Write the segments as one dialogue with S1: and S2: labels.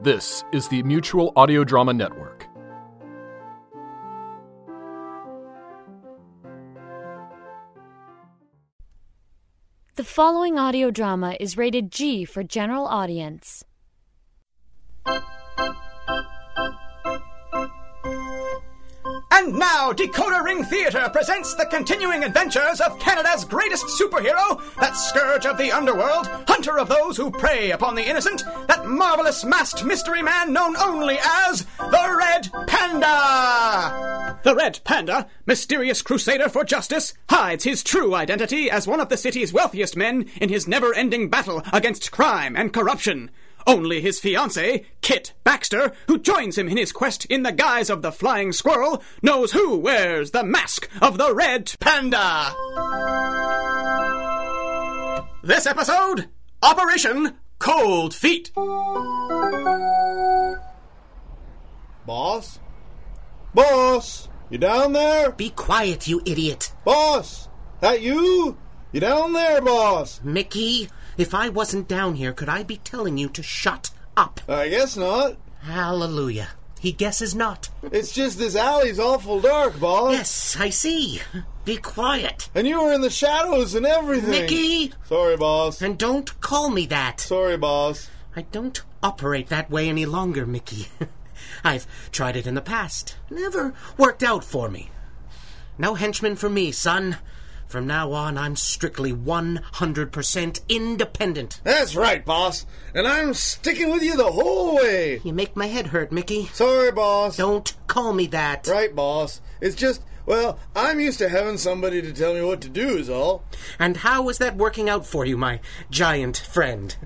S1: This is the Mutual Audio Drama Network.
S2: The following audio drama is rated G for general audience.
S3: And now, Decoder Ring Theatre presents the continuing adventures of Canada's greatest superhero, that scourge of the underworld, hunter of those who prey upon the innocent, that marvelous masked mystery man known only as the Red Panda! The Red Panda, mysterious crusader for justice, hides his true identity as one of the city's wealthiest men in his never ending battle against crime and corruption. Only his fiancée, Kit Baxter, who joins him in his quest in the guise of the flying squirrel, knows who wears the mask of the red panda. This episode Operation Cold Feet.
S4: Boss? Boss? You down there?
S5: Be quiet, you idiot.
S4: Boss? That you? You down there, boss?
S5: Hmm. Mickey, if I wasn't down here, could I be telling you to shut up?
S4: I guess not.
S5: Hallelujah. He guesses not.
S4: It's just this alley's awful dark, boss.
S5: Yes, I see. Be quiet.
S4: And you were in the shadows and everything.
S5: Mickey!
S4: Sorry, boss.
S5: And don't call me that.
S4: Sorry, boss.
S5: I don't operate that way any longer, Mickey. I've tried it in the past. Never worked out for me. No henchman for me, son. From now on, I'm strictly 100% independent.
S4: That's right, boss. And I'm sticking with you the whole way.
S5: You make my head hurt, Mickey.
S4: Sorry, boss.
S5: Don't call me that.
S4: Right, boss. It's just, well, I'm used to having somebody to tell me what to do, is all.
S5: And how is that working out for you, my giant friend?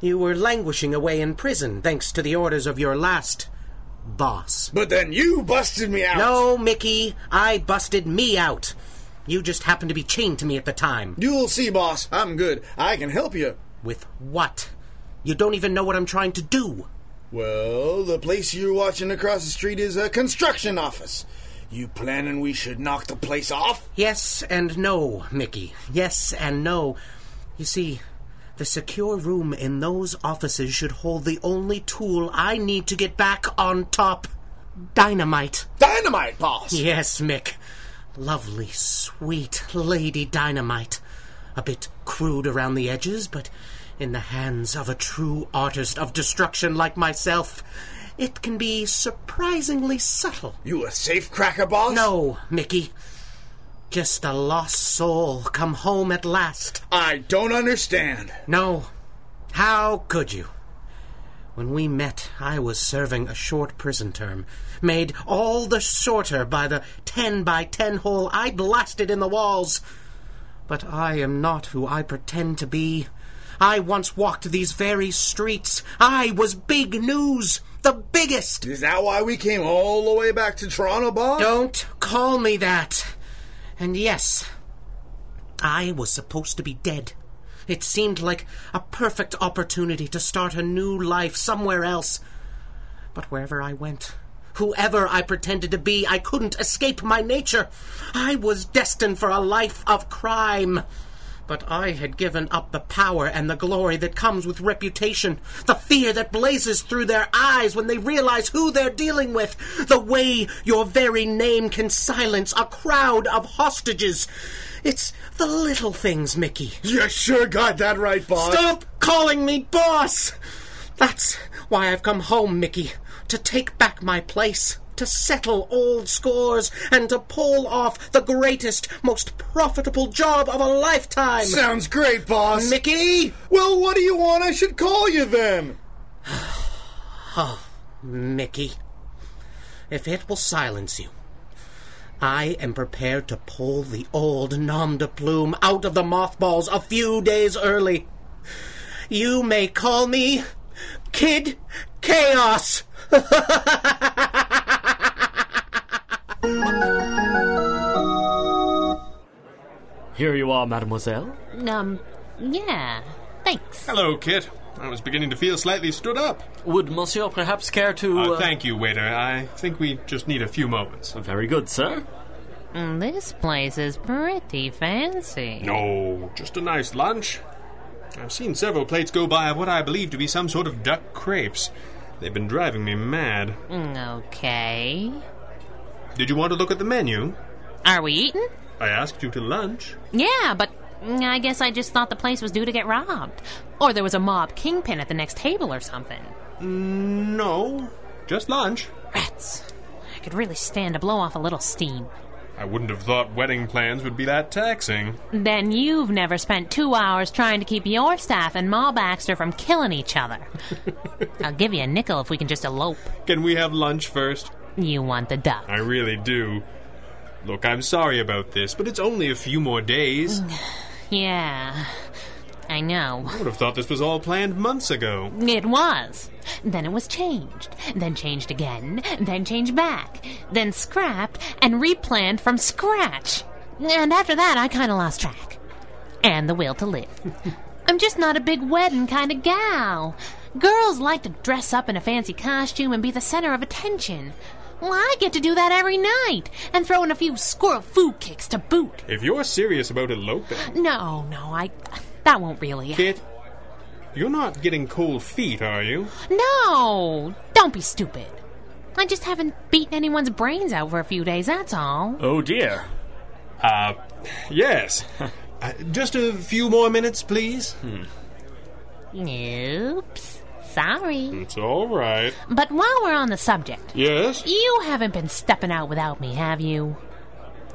S5: You were languishing away in prison thanks to the orders of your last boss.
S4: But then you busted me out.
S5: No, Mickey, I busted me out. You just happened to be chained to me at the time.
S4: You'll see, boss. I'm good. I can help you.
S5: With what? You don't even know what I'm trying to do.
S4: Well, the place you're watching across the street is a construction office. You planning we should knock the place off?
S5: Yes and no, Mickey. Yes and no. You see, the secure room in those offices should hold the only tool I need to get back on top dynamite.
S4: Dynamite, boss!
S5: Yes, Mick. Lovely, sweet Lady Dynamite. A bit crude around the edges, but in the hands of a true artist of destruction like myself, it can be surprisingly subtle.
S4: You a safe cracker, boss?
S5: No, Mickey. Just a lost soul come home at last.
S4: I don't understand.
S5: No. How could you? When we met, I was serving a short prison term, made all the shorter by the 10 by 10 hole I blasted in the walls. But I am not who I pretend to be. I once walked these very streets. I was big news, the biggest.
S4: Is that why we came all the way back to Toronto, boss?
S5: Don't call me that. And yes, I was supposed to be dead. It seemed like a perfect opportunity to start a new life somewhere else. But wherever I went, whoever I pretended to be, I couldn't escape my nature. I was destined for a life of crime. But I had given up the power and the glory that comes with reputation, the fear that blazes through their eyes when they realize who they're dealing with, the way your very name can silence a crowd of hostages. It's the little things, Mickey.
S4: You sure got that right, boss.
S5: Stop calling me boss! That's why I've come home, Mickey. To take back my place, to settle old scores, and to pull off the greatest, most profitable job of a lifetime.
S4: Sounds great, boss.
S5: Mickey!
S4: well, what do you want I should call you then?
S5: Mickey, if it will silence you, I am prepared to pull the old nom de plume out of the mothballs a few days early. You may call me Kid Chaos.
S6: Here you are, mademoiselle.
S2: Um, yeah, thanks.
S7: Hello, Kit. I was beginning to feel slightly stood up.
S6: Would monsieur perhaps care to.
S7: Uh, thank you, waiter. I think we just need a few moments.
S6: Very good, sir.
S8: Mm, This place is pretty fancy.
S7: No, just a nice lunch. I've seen several plates go by of what I believe to be some sort of duck crepes. They've been driving me mad.
S8: Mm, Okay.
S7: Did you want to look at the menu?
S8: Are we eating?
S7: I asked you to lunch.
S8: Yeah, but mm, I guess I just thought the place was due to get robbed. Or there was a mob kingpin at the next table or something.
S7: No, just lunch.
S8: Rats. I could really stand to blow off a little steam.
S7: I wouldn't have thought wedding plans would be that taxing.
S8: Then you've never spent two hours trying to keep your staff and Ma Baxter from killing each other. I'll give you a nickel if we can just elope.
S7: Can we have lunch first?
S8: You want the duck.
S7: I really do. Look, I'm sorry about this, but it's only a few more days.
S8: Yeah. I know.
S7: I would have thought this was all planned months ago.
S8: It was. Then it was changed. Then changed again. Then changed back. Then scrapped and replanned from scratch. And after that, I kind of lost track. And the will to live. I'm just not a big wedding kind of gal. Girls like to dress up in a fancy costume and be the center of attention. Well, I get to do that every night and throw in a few squirrel food kicks to boot.
S7: If you're serious about eloping,
S8: No, no, I. That won't really.
S7: Kit, you're not getting cold feet, are you?
S8: No! Don't be stupid. I just haven't beaten anyone's brains out for a few days, that's all.
S6: Oh dear.
S7: Uh, yes. Uh, just a few more minutes, please.
S8: Oops. Sorry.
S7: It's all right.
S8: But while we're on the subject,
S7: Yes?
S8: you haven't been stepping out without me, have you?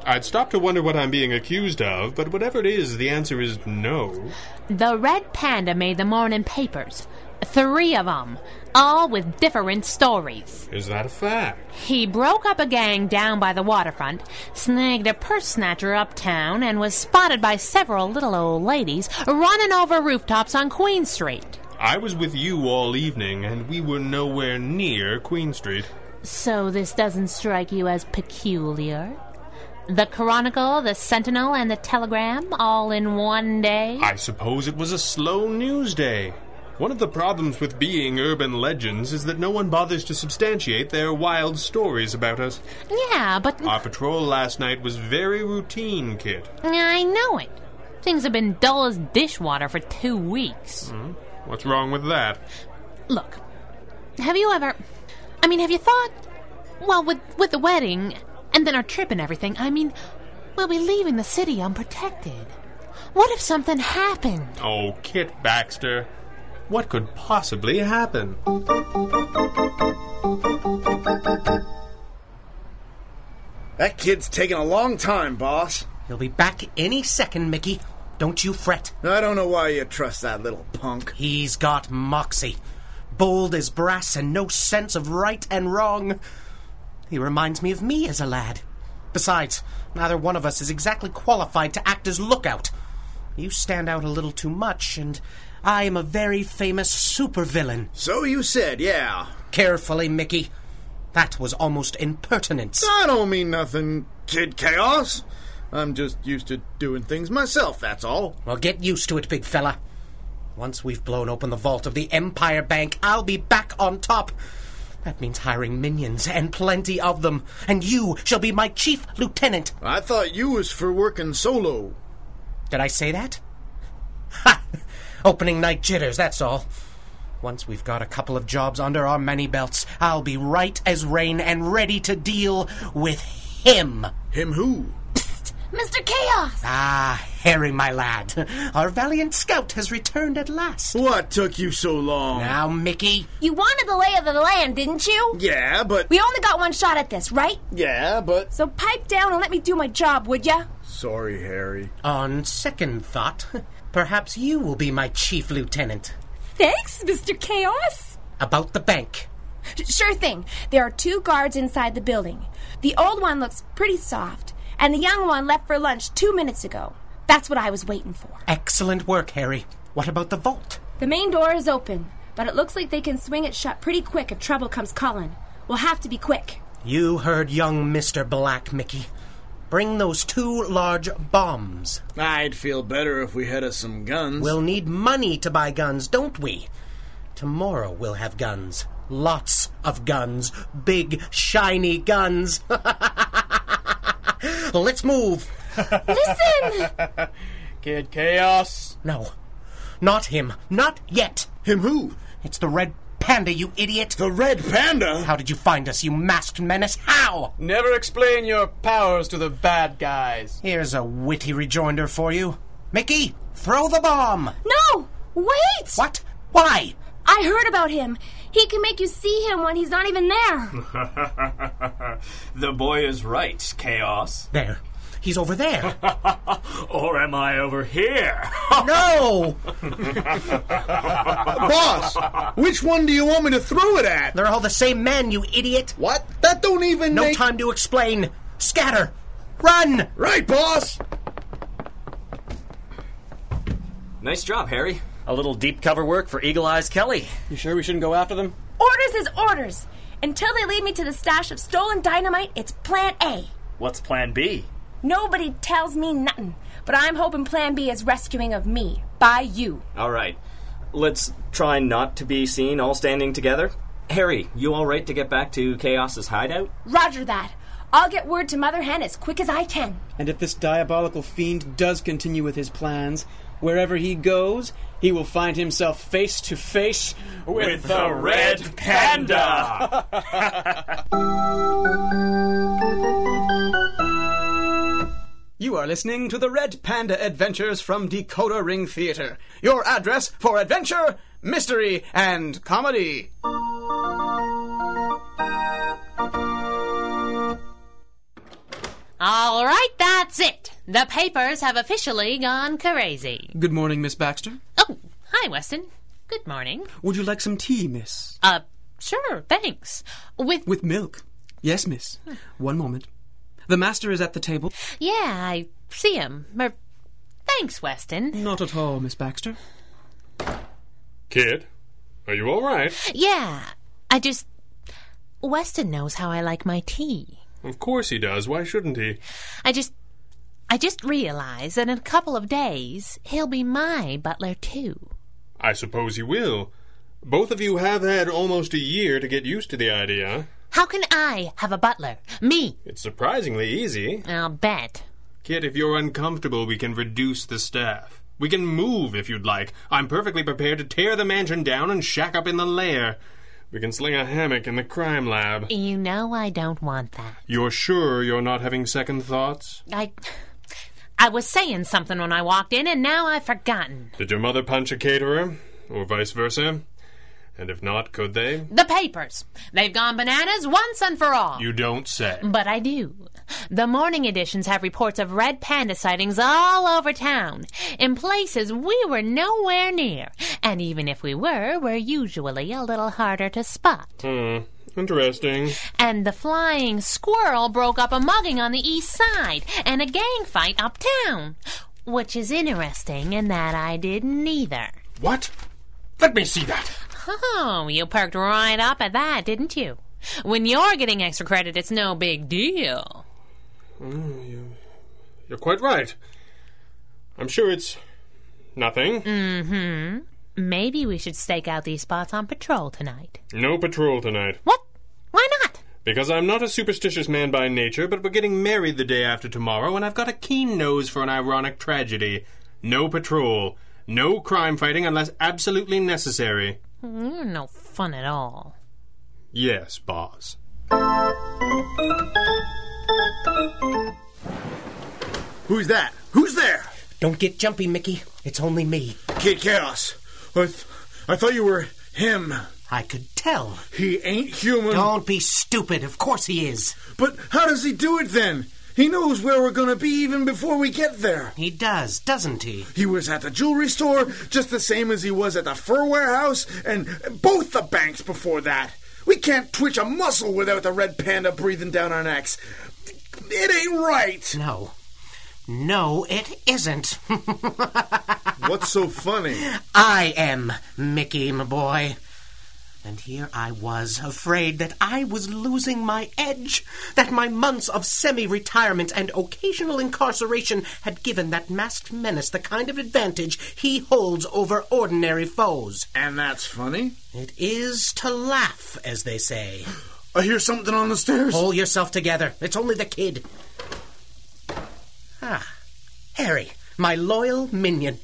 S7: I'd stop to wonder what I'm being accused of, but whatever it is, the answer is no.
S8: The Red Panda made the morning papers. Three of 'em, All with different stories.
S7: Is that a fact?
S8: He broke up a gang down by the waterfront, snagged a purse snatcher uptown, and was spotted by several little old ladies running over rooftops on Queen Street.
S7: I was with you all evening, and we were nowhere near Queen Street.
S8: So this doesn't strike you as peculiar? The Chronicle, the Sentinel, and the Telegram all in one day?
S7: I suppose it was a slow news day. One of the problems with being urban legends is that no one bothers to substantiate their wild stories about us.
S8: yeah, but
S7: Our patrol last night was very routine, Kit.
S8: I know it. Things have been dull as dishwater for two weeks.
S7: What's wrong with that?
S8: Look, have you ever. I mean, have you thought. Well, with, with the wedding and then our trip and everything, I mean, we'll be leaving the city unprotected. What if something happened?
S7: Oh, Kit Baxter. What could possibly happen?
S4: That kid's taking a long time, boss.
S5: He'll be back any second, Mickey. Don't you fret.
S4: I don't know why you trust that little punk.
S5: He's got moxie. Bold as brass and no sense of right and wrong. He reminds me of me as a lad. Besides, neither one of us is exactly qualified to act as lookout. You stand out a little too much, and I am a very famous supervillain.
S4: So you said, yeah.
S5: Carefully, Mickey. That was almost impertinence.
S4: I don't mean nothing, Kid Chaos. I'm just used to doing things myself, that's all.
S5: Well, get used to it, big fella. Once we've blown open the vault of the Empire Bank, I'll be back on top. That means hiring minions, and plenty of them. And you shall be my chief lieutenant.
S4: I thought you was for working solo.
S5: Did I say that? Ha! Opening night jitters, that's all. Once we've got a couple of jobs under our many belts, I'll be right as rain and ready to deal with him.
S4: Him who?
S2: Mr. Chaos!
S5: Ah, Harry, my lad, our valiant scout has returned at last.
S4: What took you so long?
S5: Now, Mickey,
S2: You wanted the lay of the land, didn't you?
S4: Yeah, but.
S2: We only got one shot at this, right?
S4: Yeah, but.
S2: So pipe down and let me do my job, would ya?
S4: Sorry, Harry.
S5: On second thought, perhaps you will be my chief lieutenant.
S9: Thanks, Mr. Chaos.
S5: About the bank.
S9: Sure thing. There are two guards inside the building. The old one looks pretty soft, and the young one left for lunch two minutes ago. That's what I was waiting for.
S5: Excellent work, Harry. What about the vault?
S9: The main door is open, but it looks like they can swing it shut pretty quick if trouble comes calling. We'll have to be quick.
S5: You heard young Mr. Black, Mickey. Bring those two large bombs.
S4: I'd feel better if we had us some guns.
S5: We'll need money to buy guns, don't we? Tomorrow we'll have guns. Lots of guns. Big, shiny guns. Let's move.
S9: Listen!
S6: Kid Chaos.
S5: No, not him. Not yet.
S4: Him who?
S5: It's the Red panda, you idiot!
S4: The red
S6: uh,
S4: panda?
S5: How did you find us, you masked menace? How?
S10: Never explain your powers to the bad guys.
S5: Here's a witty rejoinder for you. Mickey, throw the bomb!
S9: No! Wait!
S5: What? Why?
S9: I heard about him. He can make you see him when he's not even there.
S6: the boy is right, Chaos.
S5: There. He's over there.
S6: Or am I over here?
S5: no!
S4: Boss, which one do you want me to throw it at?
S5: They're all the same man, you idiot!
S4: What? That don't even
S5: No
S4: make-
S5: time to explain. Scatter! Run!
S4: Right, boss.
S6: Nice job, Harry. A little deep cover work for Eagle Eyes Kelly.
S10: You sure we shouldn't go after them?
S9: Orders is orders. Until they lead me to the stash of stolen dynamite, it's Plan A.
S6: What's Plan B?
S9: Nobody tells me nothing, but I'm hoping Plan B is rescuing of me by you.
S6: All right. Let's try not to be seen all standing together. Harry, you all right to get back to Chaos's hideout?
S9: Roger that. I'll get word to Mother Hen as quick as I can.
S10: And if this diabolical fiend does continue with his plans, wherever he goes, he will find himself face to face with, uh,
S6: Panda!
S3: You are listening to the Red Panda Adventures from Dakota Ring Theater. Your address for adventure, mystery, and comedy.
S8: All right, that's it. The papers have officially gone crazy.
S10: Good morning, Miss Baxter.
S8: Oh, hi, Weston. Good morning.
S10: Would you like some tea, miss?
S8: Uh, sure, thanks. With,
S10: With milk? Yes, miss. One moment. The master is at the table.
S8: yeah, I see him. Er, thanks, Weston.
S10: Not at all, Miss Baxter.
S7: Kid, are you all right?
S8: Yeah, I just Weston knows how I like my tea.
S7: Of course he does. Why shouldn't he?
S8: I just I just realize that in a couple of days he'll be my butler too.
S7: I suppose he will. Both of you have had almost a year to get used to the idea.
S8: How can I have a butler? Me,
S7: It's surprisingly easy.
S8: I'll bet.
S7: Kid, if you're uncomfortable, we can reduce the staff. We can move if you'd like. I'm perfectly prepared to tear the mansion down and shack up in the lair. We can sling a hammock in the crime lab.
S8: You know I don't want that.
S7: You're sure you're not having second thoughts?
S8: I I was saying something when I walked in and now I've forgotten.
S7: Did your mother punch a caterer? Or vice versa? And if not, could they?
S8: The papers. They've gone bananas once and for all.
S7: You don't say.
S8: But I do. The morning editions have reports of red panda sightings all over town, in places we were nowhere near. And even if we were, we're usually a little harder to spot.
S7: Hmm, Interesting.
S8: And the flying squirrel broke up a mugging on the east side and a gang fight uptown. Which is interesting in that I didn't either.
S7: What? Let me see that.
S8: Oh, you perked right up at that, didn't you? When you're getting extra credit, it's no big deal.
S7: You're quite right. I'm sure it's nothing.
S8: Maybe we should stake out these spots on patrol tonight.
S7: No patrol tonight.
S8: What? Why not?
S7: Because I'm not a superstitious man by nature, but we're getting married the day after tomorrow, and I've got a keen nose for an ironic tragedy. No patrol. No crime fighting unless absolutely necessary.
S8: You're Mm, no fun at all.
S7: Yes, boss.
S4: Who's that? Who's there?
S5: Don't get jumpy, Mickey. It's only me.
S4: Kid Chaos. I, th- I thought you were him.
S5: I could tell.
S4: He ain't human.
S5: Don't be stupid. Of course he is.
S4: But how does he do it then? He knows where we're gonna be even before we get there.
S5: He does, doesn't he?
S4: He was at the jewelry store just the same as he was at the fur warehouse and both the banks before that. We can't twitch a muscle without the red panda breathing down our necks. It ain't right.
S5: No. No, it isn't.
S4: What's so funny?
S5: I am Mickey, my boy. And here I was, afraid that I was losing my edge, that my months of semi retirement and occasional incarceration had given that masked menace the kind of advantage he holds over ordinary foes.
S4: And that's funny.
S5: It is to laugh, as they say.
S4: I hear something on the stairs.
S5: Pull yourself together. It's only the kid. Ah, Harry, my loyal minion.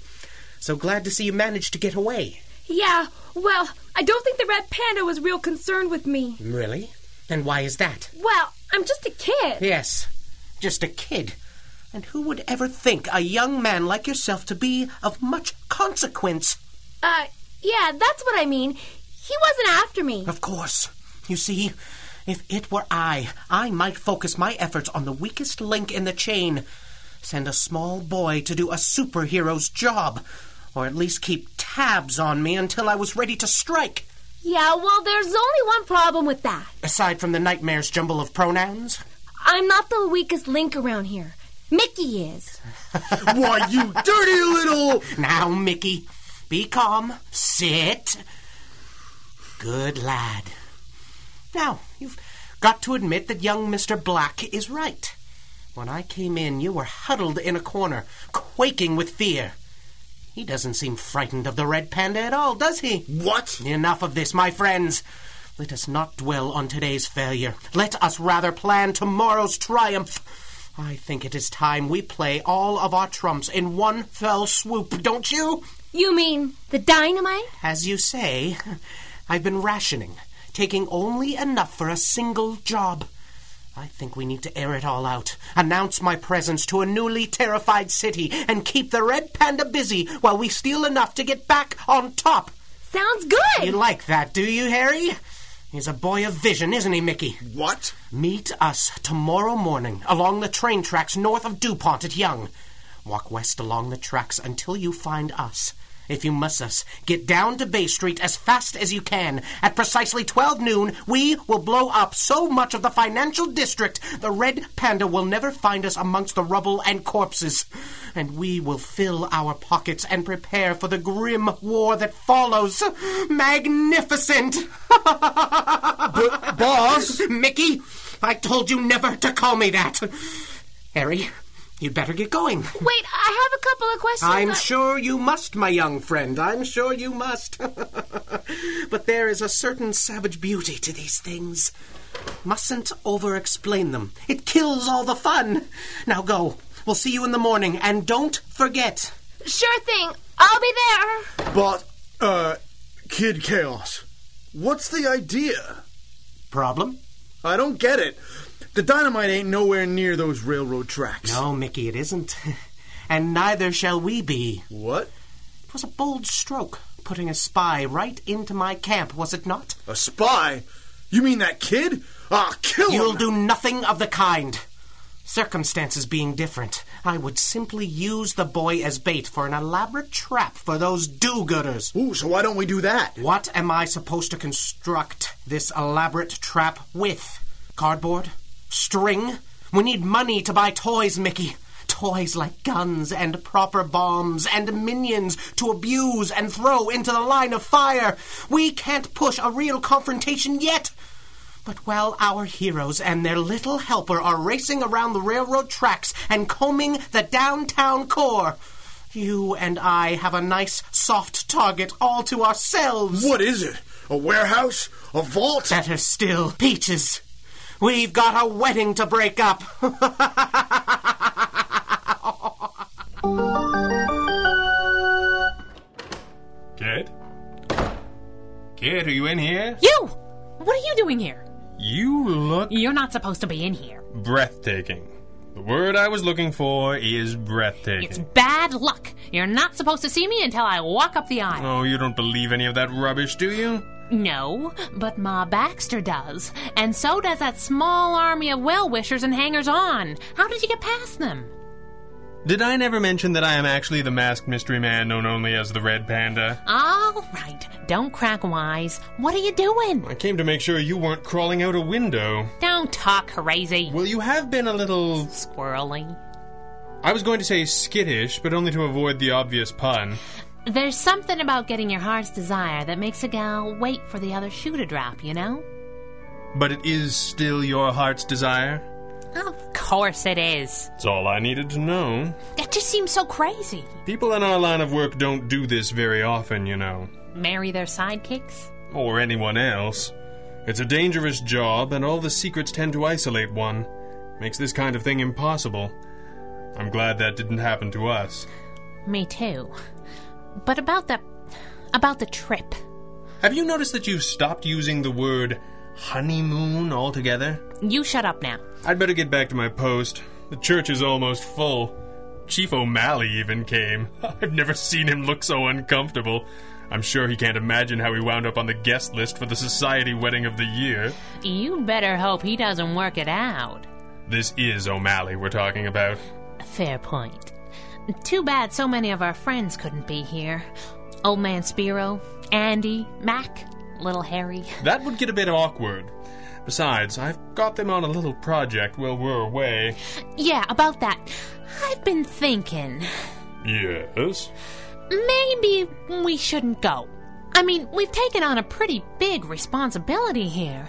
S5: So glad to see you managed to get away.
S9: Yeah, well, I don't think the red panda was real concerned with me.
S5: Really? And why is that?
S9: Well, I'm just a kid.
S5: Yes, just a kid. And who would ever think a young man like yourself to be of much consequence?
S9: Uh, yeah, that's what I mean. He wasn't after me.
S5: Of course. You see, if it were I, I might focus my efforts on the weakest link in the chain. Send a small boy to do a superhero's job, or at least keep tabs on me until I was ready to strike.
S9: Yeah, well, there's only one problem with that.
S5: Aside from the nightmare's jumble of pronouns?
S9: I'm not the weakest link around here. Mickey is.
S4: Why, you dirty little.
S5: Now, Mickey, be calm. Sit. Good lad. Now, you've got to admit that young Mr. Black is right. When I came in, you were huddled in a corner, quaking with fear. He doesn't seem frightened of the red panda at all, does he?
S4: What?
S5: Enough of this, my friends. Let us not dwell on today's failure. Let us rather plan tomorrow's triumph. I think it is time we play all of our trumps in one fell swoop, don't you?
S9: You mean the dynamite?
S5: As you say, I've been rationing, taking only enough for a single job. I think we need to air it all out, announce my presence to a newly terrified city, and keep the red panda busy while we steal enough to get back on top.
S9: Sounds good.
S5: You like that, do you, Harry? He's a boy of vision, isn't he, Mickey?
S4: What?
S5: Meet us tomorrow morning along the train tracks north of DuPont at Young. Walk west along the tracks until you find us. If you miss us, get down to Bay Street as fast as you can. At precisely 12 noon, we will blow up so much of the financial district, the red panda will never find us amongst the rubble and corpses. And we will fill our pockets and prepare for the grim war that follows. Magnificent!
S4: Boss?
S5: Mickey, I told you never to call me that. Harry, you'd better get going.
S9: Wait, I have a couple of questions. Uh,
S5: I'm
S9: I-
S5: sure you must, my young friend. I'm sure you must. but there is a certain savage beauty to these things. Mustn't over explain them. It kills all the fun. Now go. We'll see you in the morning, and don't forget.
S9: Sure thing. I'll be there.
S4: Boss. Uh, Kid Chaos. What's the idea?
S5: Problem?
S4: I don't get it. The dynamite ain't nowhere near those railroad tracks.
S5: No, Oh, Mickey, it isn't. And neither shall we be.
S4: What?
S5: It was a bold stroke, putting a spy right into my camp, was it not?
S4: A spy? You mean that kid? Ah, kill
S5: You'll
S4: him!
S5: do nothing of the kind. Circumstances being different, I would simply use the boy as bait for an elaborate trap for those do gooders.
S4: Ooh, so why don't we do that?
S5: What am I supposed to construct this elaborate trap with? Cardboard? String? We need money to buy toys, Mickey. Toys like guns and proper bombs and minions to abuse and throw into the line of fire. We can't push a real confrontation yet. But while our heroes and their little helper are racing around the railroad tracks and combing the downtown core, you and I have a nice soft target all to ourselves.
S4: What is it? A warehouse? A vault?
S5: Better still, Peaches. We've got a wedding to break up.
S7: Kid? Kid, are you in here?
S8: You! What are you doing here?
S7: You look
S8: You're not supposed to be in here.
S7: breathtaking. The word I was looking for is breathtaking.
S8: It's bad luck. You're not supposed to see me until I walk up the aisle.
S7: Oh, you don't believe any of that rubbish, do you?
S8: No, but Ma Baxter does. And so does that small army of well wishers and hangers on. How did you get past them?
S7: Did I never mention that I am actually the masked mystery man known only as the Red Panda?
S8: All right, don't crack wise. What are you doing?
S7: I came to make sure you weren't crawling out a window.
S8: Don't talk crazy.
S7: Well, you have been a little.
S8: Squirrely.
S7: I was going to say skittish, but only to avoid the obvious pun.
S8: There's something about getting your heart's desire that makes a gal wait for the other shoe to drop, you know?
S7: But it is still your heart's desire?
S8: Of course it is.
S7: It's all I needed to know.
S8: That just seems so crazy.
S7: People in our line of work don't do this very often, you know.
S8: Marry their sidekicks?
S7: Or anyone else. It's a dangerous job, and all the secrets tend to isolate one. Makes this kind of thing impossible. I'm glad that didn't happen to us.
S8: Me too. But about that About the trip.
S7: Have you noticed that you've stopped using the word honeymoon altogether?
S8: You shut up now.
S7: I'd better get back to my post. The church is almost full. Chief O'Malley even came. I've never seen him look so uncomfortable. I'm sure he can't imagine how he wound up on the guest list for the society wedding of the year.
S8: You better hope he doesn't work it out.
S7: This is O'Malley we're talking about.
S8: Fair point. Too bad so many of our friends couldn't be here. Old Man Spiro, Andy, Mac, Little Harry.
S7: That would get a bit awkward. Besides, I've got them on a little project while we're away.
S8: Yeah, about that. I've been thinking.
S7: Yes?
S8: Maybe we shouldn't go. I mean, we've taken on a pretty big responsibility here.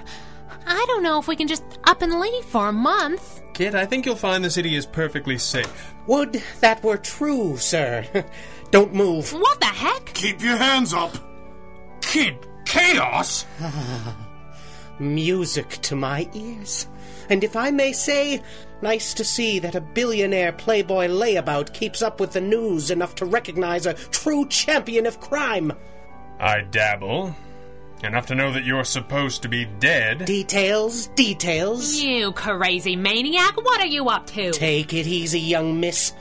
S8: I don't know if we can just up and leave for a month.
S7: Kid, I think you'll find the city is perfectly safe.
S5: Would that were true, sir. Don't move.
S8: What the heck?
S4: Keep your hands up.
S7: Kid, chaos?
S5: Music to my ears. And if I may say, nice to see that a billionaire playboy layabout keeps up with the news enough to recognize a true champion of crime.
S7: I dabble. Enough to know that you're supposed to be dead.
S5: Details, details.
S8: You crazy maniac, what are you up to?
S5: Take it easy, young miss.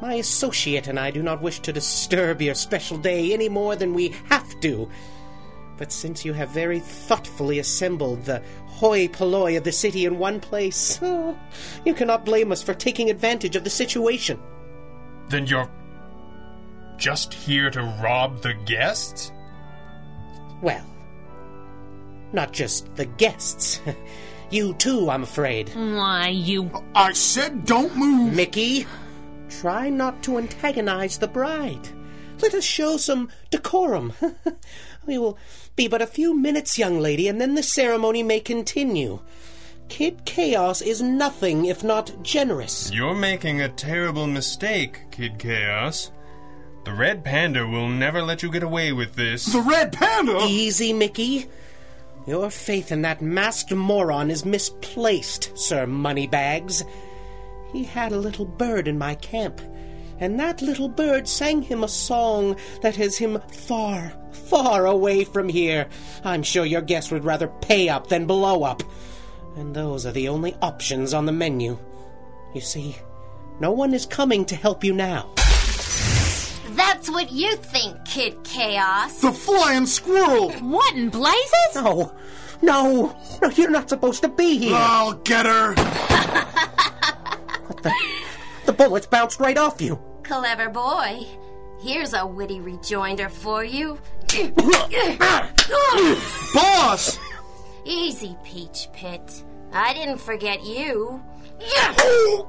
S5: My associate and I do not wish to disturb your special day any more than we have to. But since you have very thoughtfully assembled the hoi polloi of the city in one place, oh, you cannot blame us for taking advantage of the situation.
S7: then you're just here to rob the guests?
S5: Well, not just the guests. You too, I'm afraid.
S8: Why, you.
S4: I said don't move.
S5: Mickey, try not to antagonize the bride. Let us show some decorum. we will be but a few minutes, young lady, and then the ceremony may continue. Kid Chaos is nothing if not generous.
S7: You're making a terrible mistake, Kid Chaos. The Red Panda will never let you get away with this.
S4: The red panda.
S5: Easy, Mickey. Your faith in that masked moron is misplaced, Sir Moneybags. He had a little bird in my camp, and that little bird sang him a song that has him far, far away from here. I'm sure your guest would rather pay up than blow up. And those are the only options on the menu. You see, no one is coming to help you now.
S11: That's what you think, Kid Chaos.
S4: The flying squirrel.
S8: What in blazes?
S5: No, no, no, you're not supposed to be here.
S4: I'll get her.
S5: The bullets bounced right off you.
S11: Clever boy. Here's a witty rejoinder for you.
S4: Boss.
S11: Easy, Peach Pit. I didn't forget you. The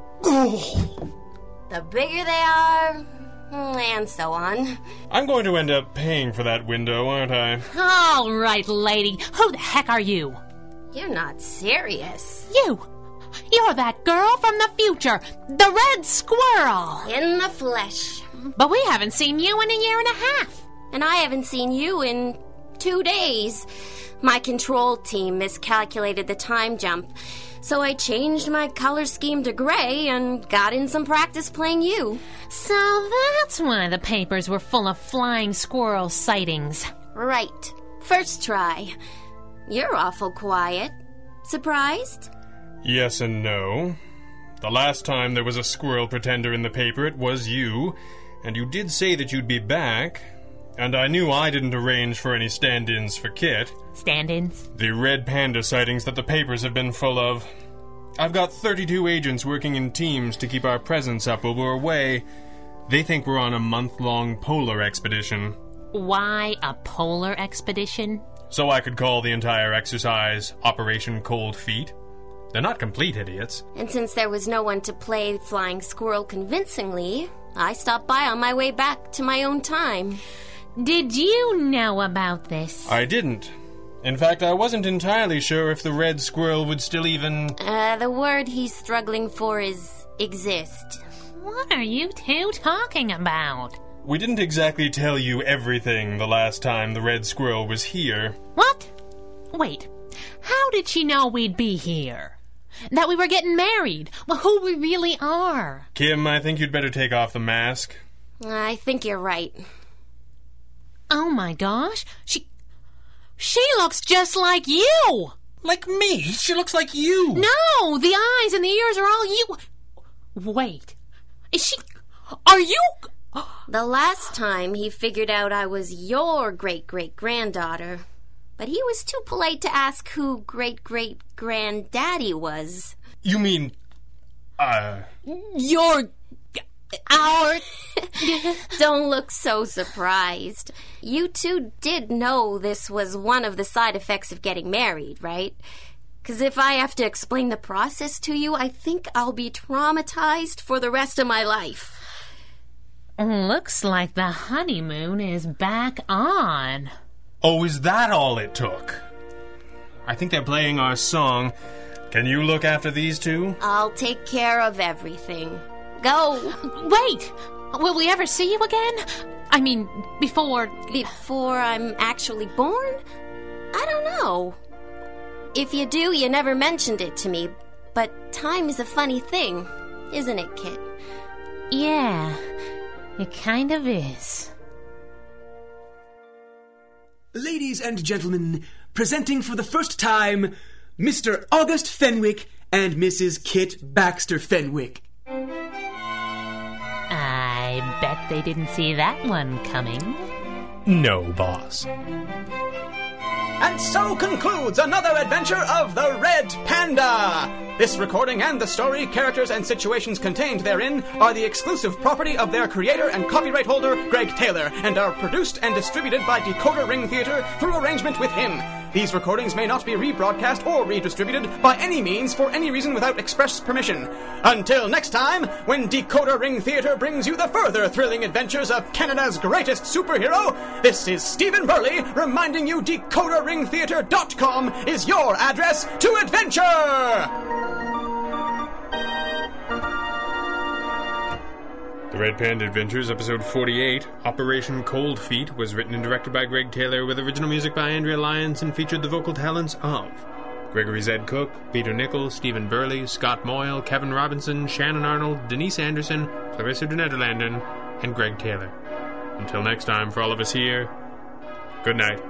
S11: bigger they are, and so on.
S7: I'm going to end up paying for that window, aren't I?
S8: All right, lady. Who the heck are you?
S11: You're not serious.
S8: You! You're that girl from the future, the red squirrel!
S11: In the flesh.
S8: But we haven't seen you in a year and a half.
S11: And I haven't seen you in two days. My control team miscalculated the time jump. So I changed my color scheme to gray and got in some practice playing you.
S8: So that's why the papers were full of flying squirrel sightings.
S11: Right. First try. You're awful quiet. Surprised?
S7: Yes and no. The last time there was a squirrel pretender in the paper, it was you, and you did say that you'd be back. And I knew I didn't arrange for any stand ins for Kit.
S8: Stand ins.
S7: The red panda sightings that the papers have been full of. I've got 32 agents working in teams to keep our presence up while we're away. They think we're on a month long polar expedition.
S8: Why a polar expedition?
S7: So I could call the entire exercise Operation Cold Feet. They're not complete idiots.
S11: And since there was no one to play Flying Squirrel convincingly, I stopped by on my way back to my own time.
S8: Did you know about this?
S7: I didn't. In fact, I wasn't entirely sure if the red squirrel would still even.
S11: Uh, the word he's struggling for is exist.
S8: What are you two talking about?
S7: We didn't exactly tell you everything the last time the red squirrel was here.
S8: What? Wait. How did she know we'd be here? That we were getting married? Well, who we really are?
S7: Kim, I think you'd better take off the mask.
S11: I think you're right.
S8: Oh my gosh, she. She looks just like you!
S7: Like me? She looks like you!
S8: No! The eyes and the ears are all you. Wait. Is she. Are you.
S11: The last time he figured out I was your great great granddaughter, but he was too polite to ask who great great granddaddy was.
S7: You mean. Uh.
S11: Your. Our. Don't look so surprised. You two did know this was one of the side effects of getting married, right? Because if I have to explain the process to you, I think I'll be traumatized for the rest of my life.
S8: Looks like the honeymoon is back on.
S7: Oh, is that all it took? I think they're playing our song. Can you look after these two?
S11: I'll take care of everything. Go.
S8: Wait! Will we ever see you again? I mean, before.
S11: Before I'm actually born? I don't know. If you do, you never mentioned it to me. But time is a funny thing, isn't it, Kit?
S8: Yeah, it kind of is.
S12: Ladies and gentlemen, presenting for the first time Mr. August Fenwick and Mrs. Kit Baxter Fenwick.
S8: I bet they didn't see that one coming.
S7: No, boss.
S5: And so concludes another adventure of the Red Panda! This recording and the story, characters, and situations contained therein are the exclusive property of their creator and copyright holder, Greg Taylor, and are produced and distributed by Decoder Ring Theater through arrangement with him. These recordings may not be rebroadcast or redistributed by any means for any reason without express permission. Until next time, when Decoder Ring Theater brings you the further thrilling adventures of Canada's greatest superhero, this is Stephen Burley reminding you Decoder ringtheater.com is your address to adventure!
S7: The Red Panda Adventures, Episode 48, Operation Cold Feet, was written and directed by Greg Taylor with original music by Andrea Lyons and featured the vocal talents of Gregory Zed Cook, Peter Nichol, Stephen Burley, Scott Moyle, Kevin Robinson, Shannon Arnold, Denise Anderson, Clarissa de Nederlanden, and Greg Taylor. Until next time, for all of us here, good night.